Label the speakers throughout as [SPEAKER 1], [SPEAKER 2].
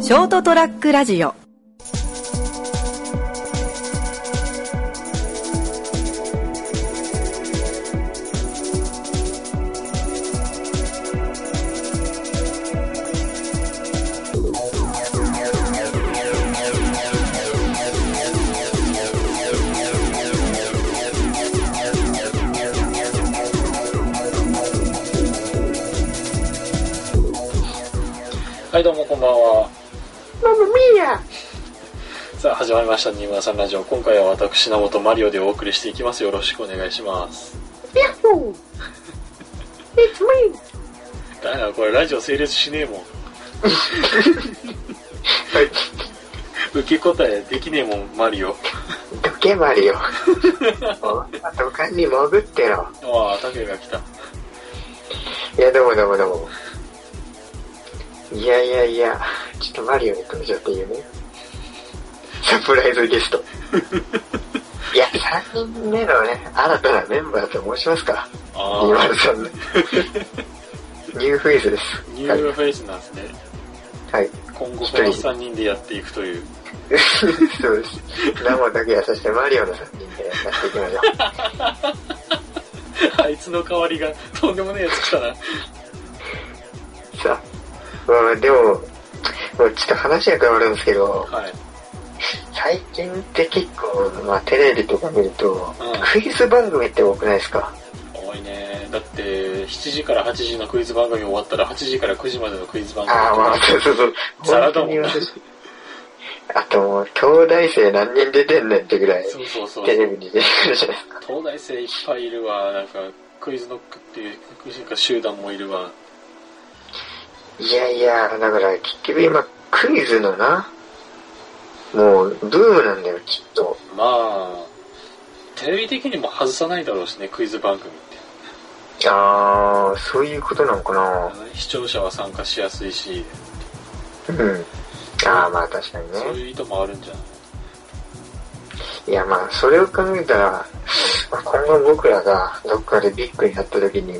[SPEAKER 1] ショートトラックラジオ
[SPEAKER 2] はいどうもこんばんは
[SPEAKER 3] ママミーヤ
[SPEAKER 2] さあ始まりました203ラジオ今回は私名本マリオでお送りしていきますよろしくお願いします
[SPEAKER 3] ヤッホー It's me!
[SPEAKER 2] だよなこれラジオ成立しねえもん受け答えできねえもんマリオ
[SPEAKER 4] どけマリオ。お前土管に潜ってろ。
[SPEAKER 2] ああタケが来た
[SPEAKER 4] いや、どうもどうもどうも。いやいやいや、ちょっとマリオに登場っていうね。サプライズゲスト。いや、3人目のね、新たなメンバーと申しますか。
[SPEAKER 2] ああ
[SPEAKER 4] 203の。ニューフェイスです。
[SPEAKER 2] ニ
[SPEAKER 4] はい
[SPEAKER 2] ューフェイスなんですね
[SPEAKER 4] はい。
[SPEAKER 2] 今後この3人でやっていくという
[SPEAKER 4] そうです。ラモだけはそしてマリオの3人でやっていきましょう。
[SPEAKER 2] あいつの代わりがとんでもねえやつ来たな
[SPEAKER 4] さあ、まあ、でも、もうちょっと話が変わるんですけど、
[SPEAKER 2] はい
[SPEAKER 4] 最近って結構、まあ、テレビとか見ると、
[SPEAKER 2] うん
[SPEAKER 4] クイズ番組って多くないですか
[SPEAKER 2] 多いねだって7時から8時のクイズ番組終わったら8時から9時までのクイズ番組
[SPEAKER 4] ああ、まあ、 そうそうそう。
[SPEAKER 2] ザラだもんな
[SPEAKER 4] 本当に私あともう、東大生何人出てんねんってぐらい、
[SPEAKER 2] そうそうそう
[SPEAKER 4] テレビに出てくるじゃないですか。
[SPEAKER 2] 東大生いっぱいいるわなんかクイズノックっていうクイズノック集団もいるわ
[SPEAKER 4] いやいや、だから結局今、クイズのな、もう、ブームなんだよ、きっと。
[SPEAKER 2] まあテレビ的にも外さないだろうしねクイズ番組って
[SPEAKER 4] ああ、そういうことなのかな。
[SPEAKER 2] 視聴者は参加しやすいし
[SPEAKER 4] うん。ああ、まあ確かにね。
[SPEAKER 2] そういう意図もあるんじゃない
[SPEAKER 4] いやまあ、それを考えたら、まあ今後僕らがどっかでビッグになった時に、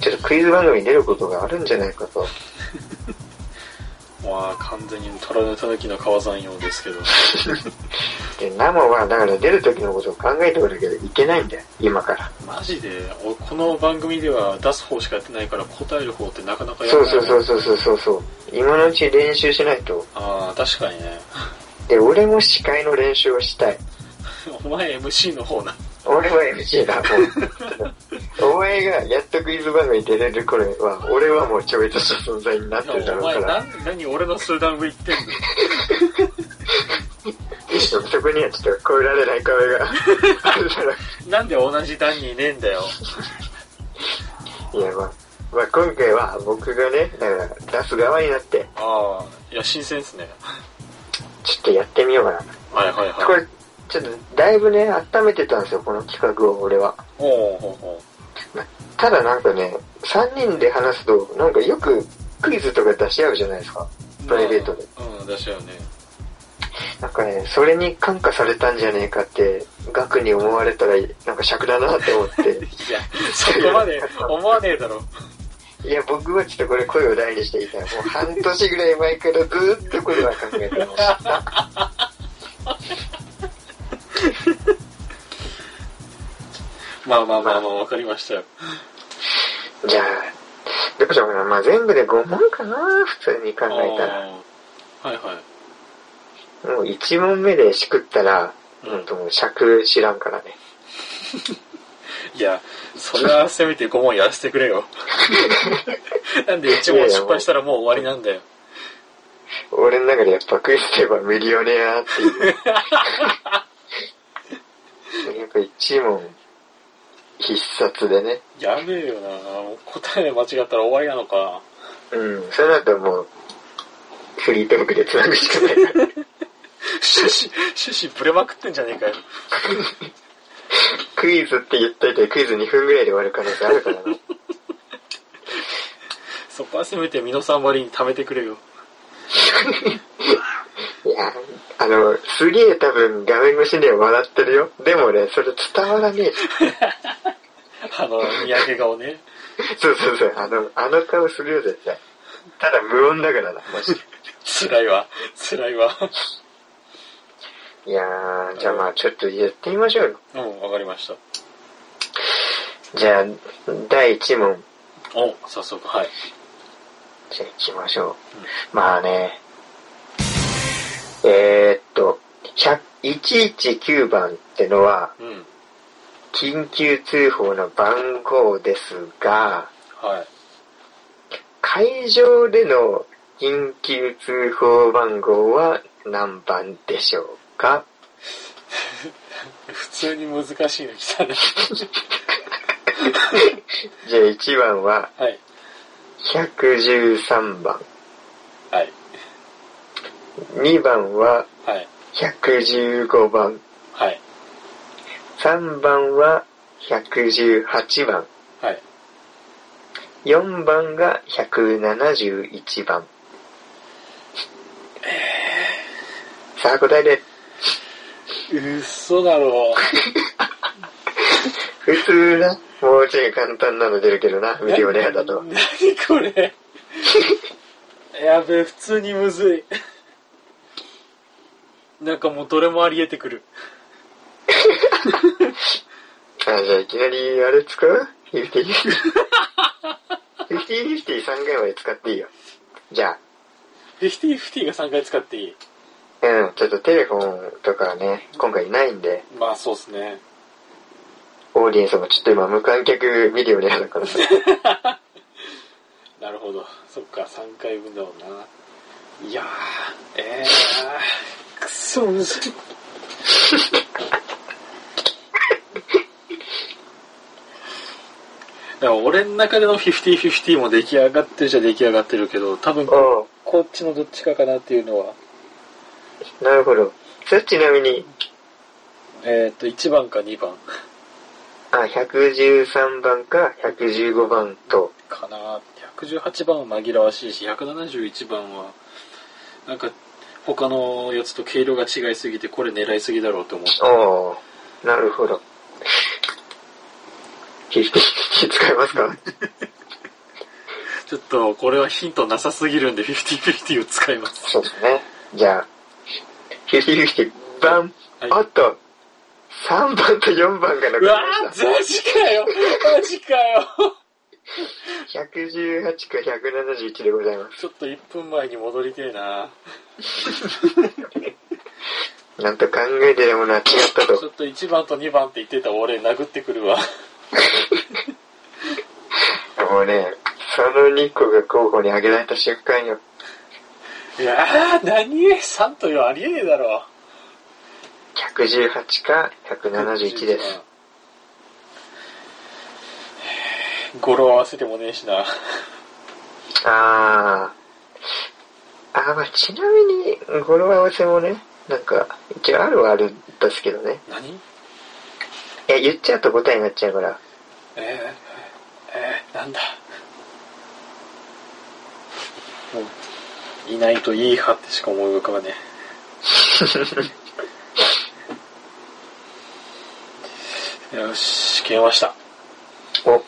[SPEAKER 4] ちょっとクイズ番組に出ることがあるんじゃないかと。
[SPEAKER 2] まあ完全に虎のたぬきの川山用ですけど
[SPEAKER 4] で、ナモは、だから出る時のことを考えておるけど、いけないんだよ、今から。
[SPEAKER 2] マジでおこの番組では出す方しかやってないから答える方ってなかなかやら
[SPEAKER 4] そう
[SPEAKER 2] ない
[SPEAKER 4] そうそうそうそうそうそう。今のうち練習しないと。
[SPEAKER 2] ああ確かにね
[SPEAKER 4] で、俺も司会の練習をしたい。
[SPEAKER 2] お前 MC の方な
[SPEAKER 4] 俺は MC だ、もう。お前がやっとクイズ番組に出れる頃は、俺はもう超越した存在になってるだ
[SPEAKER 2] お
[SPEAKER 4] ろう
[SPEAKER 2] 前
[SPEAKER 4] から、
[SPEAKER 2] 何何俺の数段上行ってんの
[SPEAKER 4] そこにはちょっと越えられない壁があるから。
[SPEAKER 2] なんで同じ段にいねえんだよ。
[SPEAKER 4] いや、まあ、まあ、今回は僕がね、だから出す側になって、
[SPEAKER 2] ああ、いや、新鮮っすね。
[SPEAKER 4] ちょっとやってみようかな。
[SPEAKER 2] はいはい
[SPEAKER 4] こ
[SPEAKER 2] はい。
[SPEAKER 4] れ、ちょっとだいぶね、温めてたんですよ、この企画を俺は。
[SPEAKER 2] ほうほうほ
[SPEAKER 4] ただなんかね、3人で話すと、なんかよくクイズとか出し合うじゃないですか。
[SPEAKER 2] う。
[SPEAKER 4] プライベートで。
[SPEAKER 2] うん、出したよね。
[SPEAKER 4] なんかね、それに感化されたんじゃねえかって、額に思われたら、なんか尺だなって思 って。
[SPEAKER 2] いや、そこまで思わねえだろ。
[SPEAKER 4] いや、僕はちょっとこれ声を大にしていたい。もう半年ぐらい前からずーっとこれは考えてました。
[SPEAKER 2] まあまあまあまあ、わかりましたよ。
[SPEAKER 4] じゃあ、どうしようかな。まあ、全部で5問かな、普通に考
[SPEAKER 2] ああ
[SPEAKER 4] えたら。
[SPEAKER 2] はいは
[SPEAKER 4] もう1問目でしくったら、
[SPEAKER 2] うん
[SPEAKER 4] うんともう尺知らんからね。
[SPEAKER 2] い。いや、それはせめて5問やらせてくれよ。なんで1問失敗したらもう終わりなんだよ。
[SPEAKER 4] 俺の中でやっぱクイズといえばミリオネアって いう。やっぱ1問必殺でね。
[SPEAKER 2] やべえよな。答え間違ったら終わりなのか。
[SPEAKER 4] うん。それだともう、フリートークで繋ぐし かない。
[SPEAKER 2] 趣旨、趣旨ぶれまくってんじゃねえかよ。
[SPEAKER 4] クイズって言っといてクイズ2分ぐらいで終わる可能性あるからな。
[SPEAKER 2] そこはせめて美濃さん割りに貯めてくれよ。
[SPEAKER 4] いや、あの、すげえ多分画面越しには笑ってるよ。でもね、それ伝わら ねえ。
[SPEAKER 2] あの、見上げ顔ね。
[SPEAKER 4] そうそうそう、あの、あの顔するよ絶対。ただ無音だからな、マジで。
[SPEAKER 2] 辛いわ。辛いわ。
[SPEAKER 4] いやー、じゃあまあちょっとやってみましょうよ。
[SPEAKER 2] うん、わかりました。
[SPEAKER 4] じゃあ、第1問。
[SPEAKER 2] お、早速、はい。
[SPEAKER 4] じゃあ行きましょう。まあね。えー、っと、100 119番ってのは、
[SPEAKER 2] うん。
[SPEAKER 4] 緊急通報の番号ですが、
[SPEAKER 2] はい。
[SPEAKER 4] 会場での緊急通報番号は何番でしょうか
[SPEAKER 2] 普通に難しいの来たね。
[SPEAKER 4] じゃあ1番は
[SPEAKER 2] はい。
[SPEAKER 4] 113番。
[SPEAKER 2] はい。
[SPEAKER 4] 2番は
[SPEAKER 2] はい。
[SPEAKER 4] 115番。
[SPEAKER 2] はい。
[SPEAKER 4] 3番は118番。
[SPEAKER 2] はい。
[SPEAKER 4] 4番が171番。さあ答えで、
[SPEAKER 2] うっそだろ
[SPEAKER 4] 普通な、もうちょい簡単なの出るけどな、
[SPEAKER 2] う。
[SPEAKER 4] 無料レアだと。
[SPEAKER 2] なにこれやべえ、普通にむずい。なんかもうどれもあり得てくる。
[SPEAKER 4] あ、じゃあいきなり、あれ使う ?50-50。50-50、3回まで使っていいよ。じゃあ、
[SPEAKER 2] フィフティフティが3回使っていい。
[SPEAKER 4] うん、ちょっとテレフォンとかね、今回ないんで、
[SPEAKER 2] まあそうっすね。
[SPEAKER 4] オーディエンスもちょっと今無観客ビデオレアだからさ。
[SPEAKER 2] なるほど。そっか、3回分だもんな。いやー、えー、くっそむずい。でも俺の中での50-50も出来上がってるじゃ出来上がってるけど、多分
[SPEAKER 4] おう
[SPEAKER 2] こっちのどっちかかなっていうのは、
[SPEAKER 4] なるほど。それちなみに、
[SPEAKER 2] えっ、と、1番か2番
[SPEAKER 4] あ、113番か115番と、
[SPEAKER 2] かな。118番は紛らわしいし、171番は、なんか他のやつと軽量が違いすぎて、これ狙いすぎだろうと思った。
[SPEAKER 4] おー、なるほど。50-50使えますか
[SPEAKER 2] ちょっと、これはヒントなさすぎるんで、50-50を使います。
[SPEAKER 4] そうですね。じゃあ、50-50、バン、
[SPEAKER 2] はい
[SPEAKER 4] おっと、3番と4番が残
[SPEAKER 2] う
[SPEAKER 4] り
[SPEAKER 2] わ
[SPEAKER 4] まし
[SPEAKER 2] ーマジかよマジかよ
[SPEAKER 4] た。118か171でございま
[SPEAKER 2] ちょっと1分前に戻りてえな
[SPEAKER 4] す。なんと考えてるものは違った
[SPEAKER 2] ちょ
[SPEAKER 4] と。
[SPEAKER 2] っと1番と2番って言ってた俺殴ってくるわ。
[SPEAKER 4] もうね、その2個が候補に挙げられた瞬間よ。
[SPEAKER 2] いやー、何 ?3 と4ありえねえだろ。
[SPEAKER 4] 118か171です。
[SPEAKER 2] 語呂合わせてもねえしな。
[SPEAKER 4] あー。あー、まあちなみに、語呂合わせもね、なんか、一応あるはあるんですけどね。
[SPEAKER 2] 何
[SPEAKER 4] いや、言っちゃうと答えになっちゃうから。
[SPEAKER 2] えー、えー、なんだ。もう、いないといい派ってしか思い浮かばね え。よし、消えました。
[SPEAKER 4] お。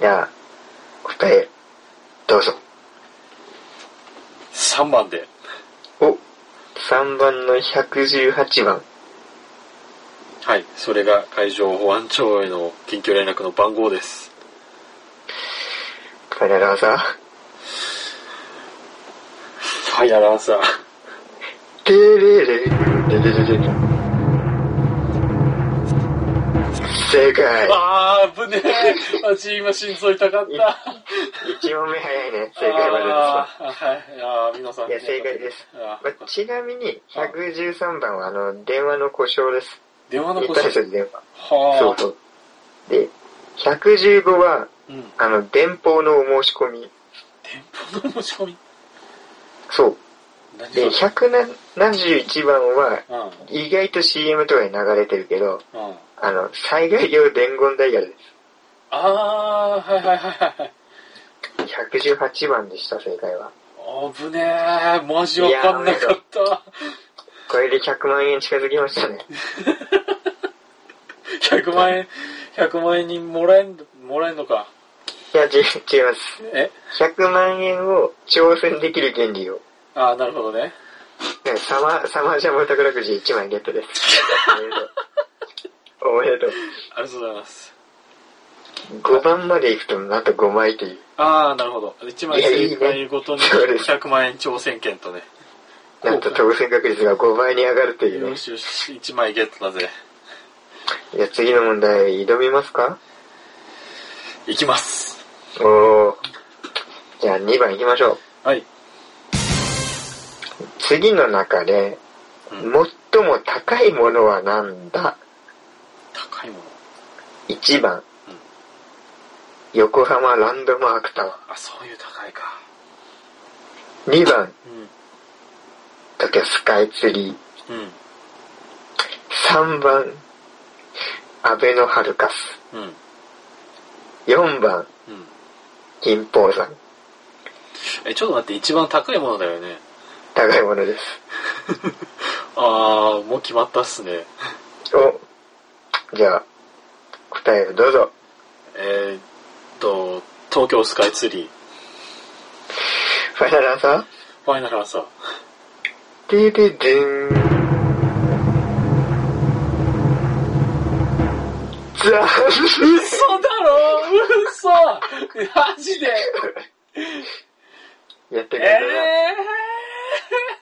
[SPEAKER 4] じゃあ、答え、どうぞ。
[SPEAKER 2] 3番で。
[SPEAKER 4] お。3番の118番。
[SPEAKER 2] はい、それが海上保安庁への緊急連絡の番号です。
[SPEAKER 4] ファイナルアンサー。
[SPEAKER 2] ファイナルアンサー。
[SPEAKER 4] てれれれれれれれ正解
[SPEAKER 2] あー、危ねえ。 マジ今心臓痛かった。
[SPEAKER 4] 一問目早いね正解まででした
[SPEAKER 2] あーはい。あー、皆さん。
[SPEAKER 4] いや正解です
[SPEAKER 2] あ
[SPEAKER 4] まあちなみに113番はあの電話の故障です
[SPEAKER 2] ー。電話の
[SPEAKER 4] 一
[SPEAKER 2] 故
[SPEAKER 4] 対
[SPEAKER 2] 障。
[SPEAKER 4] 数で電話そ
[SPEAKER 2] は
[SPEAKER 4] うそうで115は
[SPEAKER 2] あ。うん。
[SPEAKER 4] あの電報のお申し込み
[SPEAKER 2] 電報の申し込み。
[SPEAKER 4] そう
[SPEAKER 2] 何そ
[SPEAKER 4] で
[SPEAKER 2] れ
[SPEAKER 4] 171番は
[SPEAKER 2] うん。
[SPEAKER 4] 意外と CM とかに流れてるけど
[SPEAKER 2] うん。
[SPEAKER 4] あの災害用伝言ダイヤルで
[SPEAKER 2] あー、はいはいはいはい。
[SPEAKER 4] す118番でした正解は
[SPEAKER 2] あぶねえ。マジわかんなかった。
[SPEAKER 4] これで100万円近づきましたね
[SPEAKER 2] 100万円、100万円にもらえん、もらえんのか。
[SPEAKER 4] いや、違違います。
[SPEAKER 2] え
[SPEAKER 4] 100万円を挑戦できる権利を
[SPEAKER 2] ああ、なるほどね。
[SPEAKER 4] ねサマサマージャンボ宝くじ1枚ゲットです。おめでとう。おめ
[SPEAKER 2] ありがとうございます。
[SPEAKER 4] でとう。5番まで行くと、あと5枚っていう。
[SPEAKER 2] ああ、なるほど。1枚
[SPEAKER 4] いやいいね
[SPEAKER 2] 正解ごとに
[SPEAKER 4] そうです
[SPEAKER 2] 100万円挑戦権とね。
[SPEAKER 4] なんと当選確率が5倍に上がるという
[SPEAKER 2] よ
[SPEAKER 4] ね。
[SPEAKER 2] しよし、1枚ゲットだぜ。
[SPEAKER 4] じゃあ次の問題、挑みますか
[SPEAKER 2] いきます。
[SPEAKER 4] おー。じゃあ2番行きましょう。
[SPEAKER 2] はい。
[SPEAKER 4] 次の中で、
[SPEAKER 2] うん
[SPEAKER 4] 最も高いものはなんだ
[SPEAKER 2] 高いもの。
[SPEAKER 4] ?1 番、横浜ランドマークタワ
[SPEAKER 2] あ、そういう高いか。
[SPEAKER 4] ー。2番、
[SPEAKER 2] う
[SPEAKER 4] 東京スカイツリー。
[SPEAKER 2] ん。うん。
[SPEAKER 4] 3番、アベノハルカス。
[SPEAKER 2] うん。
[SPEAKER 4] 4番、
[SPEAKER 2] うん。
[SPEAKER 4] 金峰山。
[SPEAKER 2] え、ちょっと待って、一番高いものだよね。
[SPEAKER 4] 高いものです。
[SPEAKER 2] ああ、もう決まったっすね。
[SPEAKER 4] お、じゃあ、答えをどうぞ。
[SPEAKER 2] えーっと、東京スカイツリー。
[SPEAKER 4] ファイナルアンサー
[SPEAKER 2] ファイナルアンサー。
[SPEAKER 4] でででーん。ザー
[SPEAKER 2] 嘘だろ嘘マジで
[SPEAKER 4] ンやってくれたな。
[SPEAKER 2] え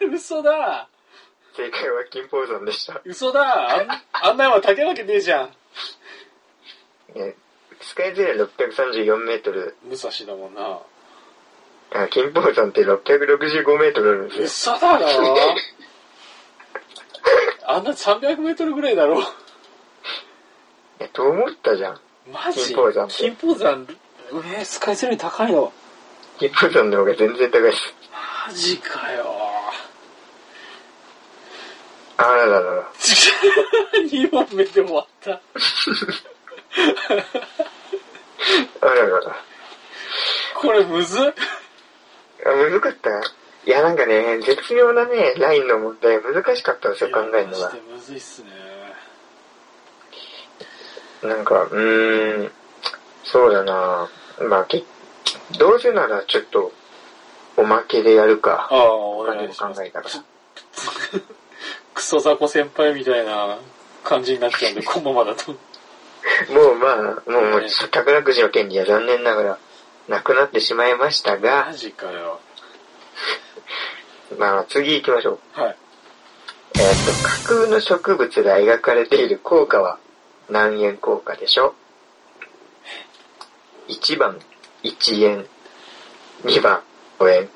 [SPEAKER 2] えー、嘘だ
[SPEAKER 4] 正解は金峰山でした。
[SPEAKER 2] 嘘だあんあんな山高いわけねえじゃん。
[SPEAKER 4] えスカイツリーは634メートル、
[SPEAKER 2] 武蔵だもんな。
[SPEAKER 4] あ金峰山って665メートルあるんです
[SPEAKER 2] 嘘だろあんな300メートルぐらいだろ
[SPEAKER 4] よ。えと思ったじゃん。
[SPEAKER 2] マジ
[SPEAKER 4] 金峰山
[SPEAKER 2] 金峰山、えー、スカイツリー高いの。
[SPEAKER 4] 金峰山の方が全然高いです。
[SPEAKER 2] マジかよ
[SPEAKER 4] あらららら。
[SPEAKER 2] 2本目で終わった。
[SPEAKER 4] あららら。
[SPEAKER 2] これむずっ
[SPEAKER 4] あ、難かったいや、なんかね、絶妙なね、ラインの問題、難しかったんですよ、考えるの
[SPEAKER 2] マ
[SPEAKER 4] が
[SPEAKER 2] ジ。でむずいっすね。
[SPEAKER 4] なんか、うーん、そうだなまあ、けどうせならちょっと、おまけでやるか。
[SPEAKER 2] ああ、お
[SPEAKER 4] 他に
[SPEAKER 2] 願
[SPEAKER 4] も
[SPEAKER 2] いします
[SPEAKER 4] 考。えたら。
[SPEAKER 2] クソ雑魚先輩みたいな感じになっちゃうんで、このままだと。
[SPEAKER 4] もうまあ、もう、もう
[SPEAKER 2] ね
[SPEAKER 4] 宝くじの権利は残念ながら、なくなってしまいました
[SPEAKER 2] マ
[SPEAKER 4] が、
[SPEAKER 2] ジかよ。
[SPEAKER 4] まあ、次行きましょう。
[SPEAKER 2] はい。
[SPEAKER 4] えーっと、架空の植物が描かれている効果は、何円効果でしょう ?1 番、1円。2番、5円。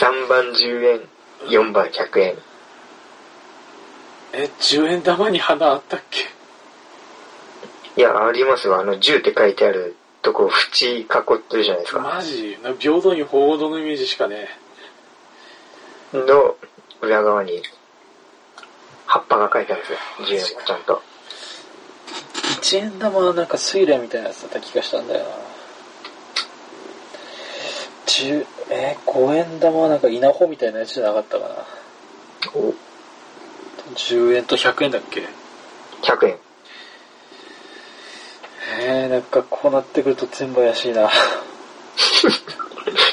[SPEAKER 4] 3番、10円。4番、100円。
[SPEAKER 2] え、10円玉に花あったっけ
[SPEAKER 4] いや、ありますわ。あの、10って書いてあるとこ、縁囲ってるじゃないですか。
[SPEAKER 2] マジな平等に報道のイメージしかね
[SPEAKER 4] の裏側に、葉っぱが書いてあるんですよ。10円もちゃんと。
[SPEAKER 2] 1円玉はなんかスイレみたいなやつだった気がしたんだよな10えー、5円玉はなんか稲穂みたいなやつじゃなかったかな
[SPEAKER 4] お
[SPEAKER 2] 10円と100円だっけ
[SPEAKER 4] 100円。
[SPEAKER 2] えー、なんかこうなってくると全部怪しいな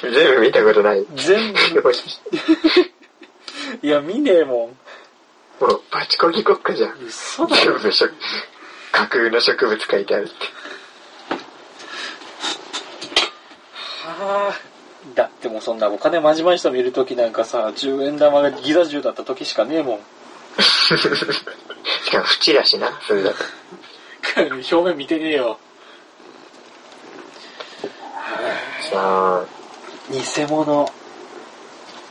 [SPEAKER 4] 全部見たことない。
[SPEAKER 2] 全部 いや見ねえもん
[SPEAKER 4] もう、バチコギ国家じゃん。
[SPEAKER 2] 嘘だ
[SPEAKER 4] 全
[SPEAKER 2] よ
[SPEAKER 4] 部植架空の植物書いてあるって。
[SPEAKER 2] はあだってもうそんなお金まじまじと見るときなんかさ10円玉がギザ10だったときしかねえもん
[SPEAKER 4] しかも、縁だしな、それだと。
[SPEAKER 2] 表面見てねえよ
[SPEAKER 4] さあ、
[SPEAKER 2] 偽物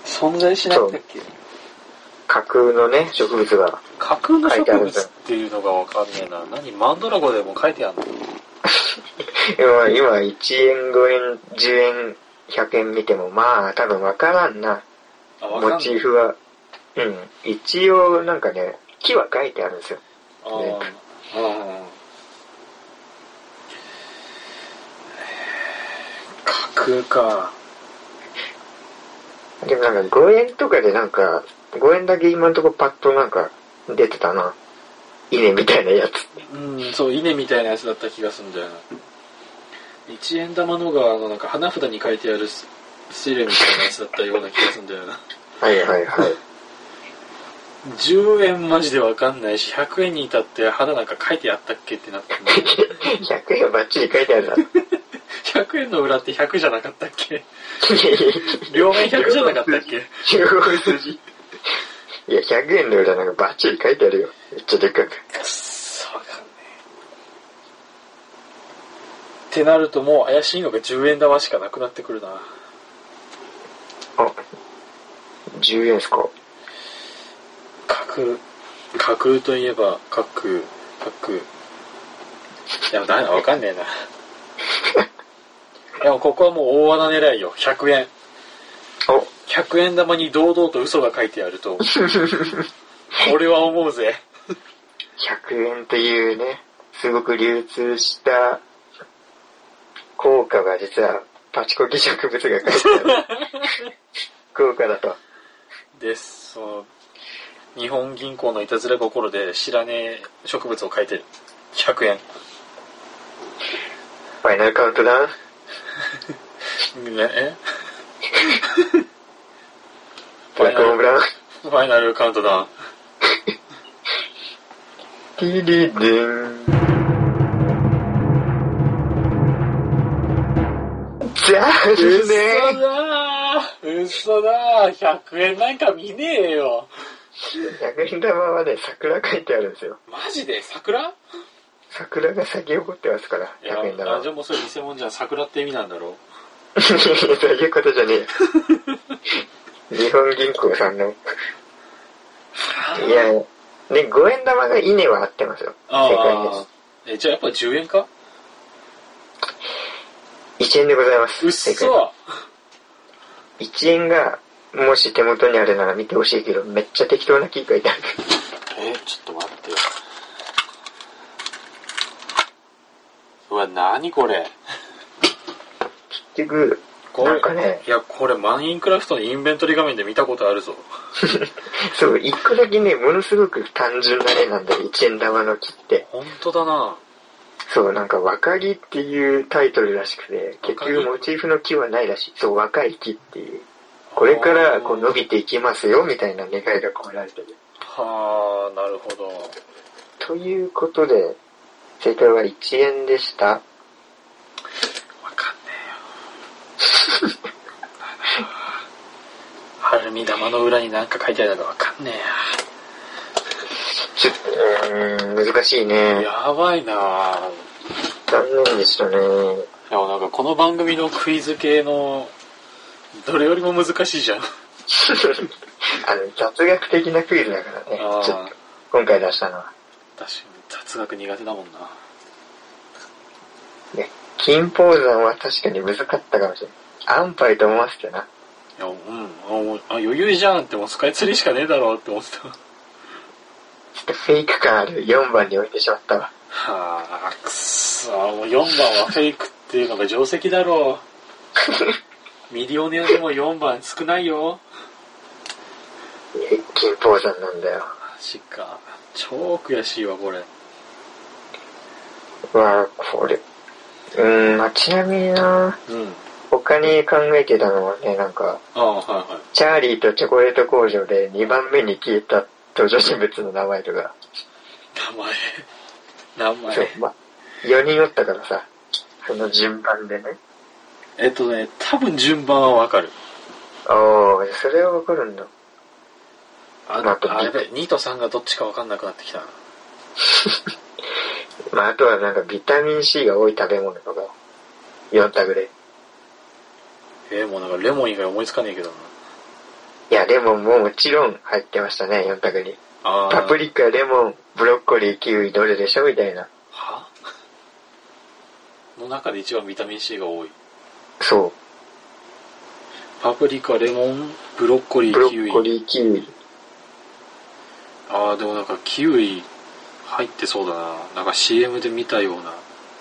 [SPEAKER 2] 存在しないんだっけ
[SPEAKER 4] 架空のね、植物が。
[SPEAKER 2] 架空の植物っていうのがわかんねえな何マンドラゴでも書いてあんの
[SPEAKER 4] 今、今1円、5円、10円、100円見ても、まあ、多分わからんな。
[SPEAKER 2] あわか
[SPEAKER 4] モ
[SPEAKER 2] ん
[SPEAKER 4] チ
[SPEAKER 2] ない
[SPEAKER 4] ーフは。うん。一応、なんかね、木は書いてあるんですよ。
[SPEAKER 2] あーうん架空か
[SPEAKER 4] でもなんか5円とかでなんか、5円だけ今んとこパッとなんか出てたな。稲みたいなやつ。
[SPEAKER 2] うんそう稲みたいなやつだった気がするんだよな一円玉のがあのなんか花札に書いてあるススイレみたいなやつだったような気がするんだよな
[SPEAKER 4] はいはい はい。
[SPEAKER 2] 10円マジでわかんないし100円に至って肌なんか書いてあったっけってなっても
[SPEAKER 4] 100円はバッチリ書いてあ るな。
[SPEAKER 2] 100円の裏って100じゃなかったっけ両面100じゃなかったっけ
[SPEAKER 4] 15筋。いや、100円の裏なんかバッチリ書いてあるよ。めっちゃでっかく。
[SPEAKER 2] くっそわかんねえってなるともう怪しいのが10円玉しかなくなってくるな
[SPEAKER 4] あ、10円っすか
[SPEAKER 2] 架空架空といえば架空架空いやだなわかんねえな でもここはもう大穴狙いよ100円
[SPEAKER 4] お、
[SPEAKER 2] 100円玉に堂々と嘘が書いてあると俺は思うぜ
[SPEAKER 4] 100円というね、すごく流通した効果が実はパチコキ植物が書 いてある。効果だと。
[SPEAKER 2] ですその日本銀行のいたずら心で知らねえ植物を書いてる100円
[SPEAKER 4] ファイナルカウントダウン
[SPEAKER 2] ねえ
[SPEAKER 4] ブラックオンブラウン
[SPEAKER 2] ファイナルカウントダウン
[SPEAKER 4] ティリデン。残
[SPEAKER 2] 嘘
[SPEAKER 4] 念
[SPEAKER 2] だー嘘だー !100 円なんか見ねえよ
[SPEAKER 4] !100 円玉はね、桜書いてあるんですよ。
[SPEAKER 2] マジで桜
[SPEAKER 4] 桜が咲き誇ってますから、
[SPEAKER 2] いや
[SPEAKER 4] 100円、玉
[SPEAKER 2] あ、。じゃあもうそれ偽物じゃん。桜って意味なんだ ろ
[SPEAKER 4] そういうことじゃ ねえよ日本銀行さんの。いや、ね、5円玉が稲は合ってますよ。
[SPEAKER 2] あ
[SPEAKER 4] 正解で
[SPEAKER 2] あ。え、じゃあやっぱ10円か
[SPEAKER 4] す。1円でございます。
[SPEAKER 2] うっ
[SPEAKER 4] 正解
[SPEAKER 2] そ
[SPEAKER 4] 1円が、もし手元にあるなら見てほしいけど、めっちゃ適当な木書いてある。
[SPEAKER 2] え、ちょっと待ってよ。うわ、なにこれ
[SPEAKER 4] 結局、
[SPEAKER 2] こ
[SPEAKER 4] なんかね
[SPEAKER 2] いや、これマインクラフトのインベントリ画面で見たことあるぞ。
[SPEAKER 4] そう、一個だけね、ものすごく単純な絵なんだよ、一円玉の木って。
[SPEAKER 2] ほんとだな
[SPEAKER 4] そう、なんか、若木っていうタイトルらしくて、結
[SPEAKER 2] 若
[SPEAKER 4] 局
[SPEAKER 2] 木
[SPEAKER 4] モチーフの木はないらしい。そう、若い木っていう。これからこう伸びていきますよ、みたいな願いが込められてる。
[SPEAKER 2] はあ、なるほど。
[SPEAKER 4] ということで、正解は1円でした。
[SPEAKER 2] わかんねえよ。はるみ玉の裏に何か書いてあるのかわかんね
[SPEAKER 4] ちょっと、うーん、難しい
[SPEAKER 2] えや。
[SPEAKER 4] ね。
[SPEAKER 2] やばいなぁ。
[SPEAKER 4] 残念でしたね。
[SPEAKER 2] いや、なんかこの番組のクイズ系の、どれよりも難しいじゃん。
[SPEAKER 4] あの、雑学的なクイズだからね
[SPEAKER 2] あー。
[SPEAKER 4] ちょっと、今回出したのは。
[SPEAKER 2] 私、雑学苦手だもんな。
[SPEAKER 4] ね、金峰山は確かに難かったかもしれない。安牌と思わせてな。
[SPEAKER 2] いや、うん、あもうあ余裕じゃんって、もうスカイツリーしかねえだろうって思ってた。
[SPEAKER 4] ちょっとフェイク感ある4番に置いてしまったわ。
[SPEAKER 2] はぁ、くっそもう4番はフェイクっていうのが定石だろ う。ミリオネアでも4番少ないよ。
[SPEAKER 4] いや金峰山なんだよ。
[SPEAKER 2] マジか。超悔しいわ、これ。
[SPEAKER 4] わあ、これ。うーん、まあ、ちなみにな、
[SPEAKER 2] うん。
[SPEAKER 4] 他に考えてたのはね、なんか、
[SPEAKER 2] ああ、はいはい。
[SPEAKER 4] チャーリーとチョコレート工場で2番目に消えた登場人物の名前とか、
[SPEAKER 2] 名前。名前
[SPEAKER 4] そう。、まあ、4人おったからさ、その順番でね。
[SPEAKER 2] えっとね、多分順番はわかる。
[SPEAKER 4] おー、それはわかるんだ。
[SPEAKER 2] あ、
[SPEAKER 4] まあ
[SPEAKER 2] あやべ、2と3がどっちかわかんなくなってきたな。
[SPEAKER 4] まあ、あとはなんかビタミン C が多い食べ物とか、4択で。
[SPEAKER 2] えーもうなんかレモン以外思いつかねえけどな。
[SPEAKER 4] いや、レモンももちろん入ってましたね、4択に。
[SPEAKER 2] あー
[SPEAKER 4] パプリカ、レモン、ブロッコリー、キウイ、どれでしょみたいな。
[SPEAKER 2] は の中で一番ビタミン C が多い。
[SPEAKER 4] そ
[SPEAKER 2] パプリカ、レモン、ブロッコ
[SPEAKER 4] う。
[SPEAKER 2] リ
[SPEAKER 4] ブロ
[SPEAKER 2] ー、キウ
[SPEAKER 4] ッコ
[SPEAKER 2] イ。
[SPEAKER 4] リー、キウイ。
[SPEAKER 2] ああ、でもなんかキウイ入ってそうだな。なんか CM で見たよ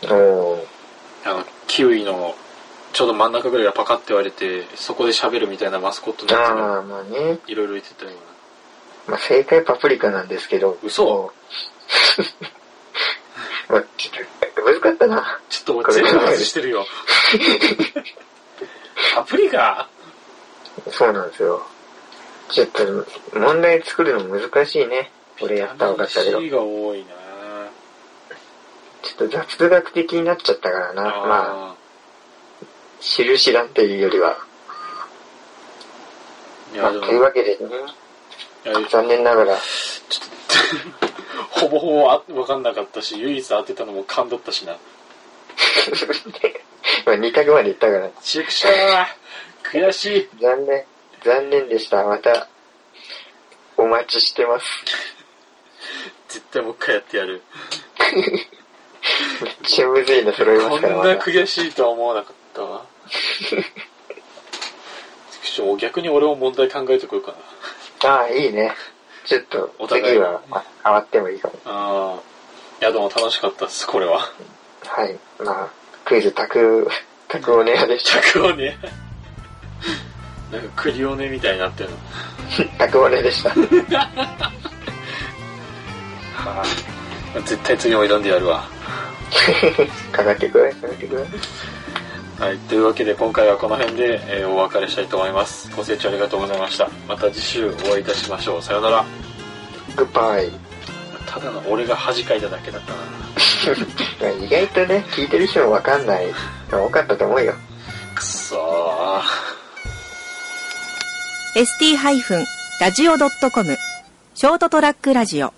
[SPEAKER 2] うな。
[SPEAKER 4] おー。
[SPEAKER 2] あの、キウイの、ちょうど真ん中ぐらいがパカって割れて、そこで喋るみたいなマスコットのやつが
[SPEAKER 4] あー、まあね。
[SPEAKER 2] いろいろ言ってたような。
[SPEAKER 4] まあ、正解パプリカなんですけど。
[SPEAKER 2] 嘘
[SPEAKER 4] まあ、ちょっと、難かったな。
[SPEAKER 2] ちょっと俺全部外してる よ。パプリカ
[SPEAKER 4] そうなんですよ。ちょっと、問題作るの難しいね。俺やったら分かったけど。
[SPEAKER 2] C
[SPEAKER 4] ちょ
[SPEAKER 2] が多いな
[SPEAKER 4] っと雑学的になっちゃったからな。まあ、
[SPEAKER 2] あ
[SPEAKER 4] 印だっていうよりは。
[SPEAKER 2] ー。いや、
[SPEAKER 4] まあ、
[SPEAKER 2] でも
[SPEAKER 4] というわけでね、
[SPEAKER 2] いや
[SPEAKER 4] 残念ながら、
[SPEAKER 2] ほぼほぼあ分かんなかったし、唯一当てたのも勘だったしな。
[SPEAKER 4] まあ2択までいったから、
[SPEAKER 2] ちくしょう悔しい
[SPEAKER 4] 残念、残念でした。また、お待ちしてます。
[SPEAKER 2] 絶対もう一回やってやる。
[SPEAKER 4] めっちゃむずいの揃いま
[SPEAKER 2] こ
[SPEAKER 4] す
[SPEAKER 2] ん
[SPEAKER 4] から、ま
[SPEAKER 2] な
[SPEAKER 4] た。
[SPEAKER 2] 悔しいとは思わなかったわ。ちくしょう逆に俺も問題考えてこようかな。
[SPEAKER 4] ああ、いいね。ちょっと、
[SPEAKER 2] お互い
[SPEAKER 4] 次は、まあ、わってもいいかも。
[SPEAKER 2] あーいや、でも楽しかったっす、これは。
[SPEAKER 4] はい。まあ、クイズ、タク、タクオネアでし
[SPEAKER 2] 着をね。 なんかクリオネみたいになってるの。
[SPEAKER 4] た。タクオネでした。
[SPEAKER 2] 絶対次も挑んでやるわ。
[SPEAKER 4] かかってくれ、かかってくれ。
[SPEAKER 2] はい、というわけで今回はこの辺で、えーお別れしたいと思います。ご清聴ありがとうございました。また次週お会いいたしましょう。さよなら。
[SPEAKER 4] グッバイ。
[SPEAKER 2] ただの俺が恥かいただけだったな。
[SPEAKER 4] まあ意外とね、聞いてる人もわかんないの多かったと思うよ。
[SPEAKER 2] くそー。
[SPEAKER 1] ST-radio.com ショートトラックラジオ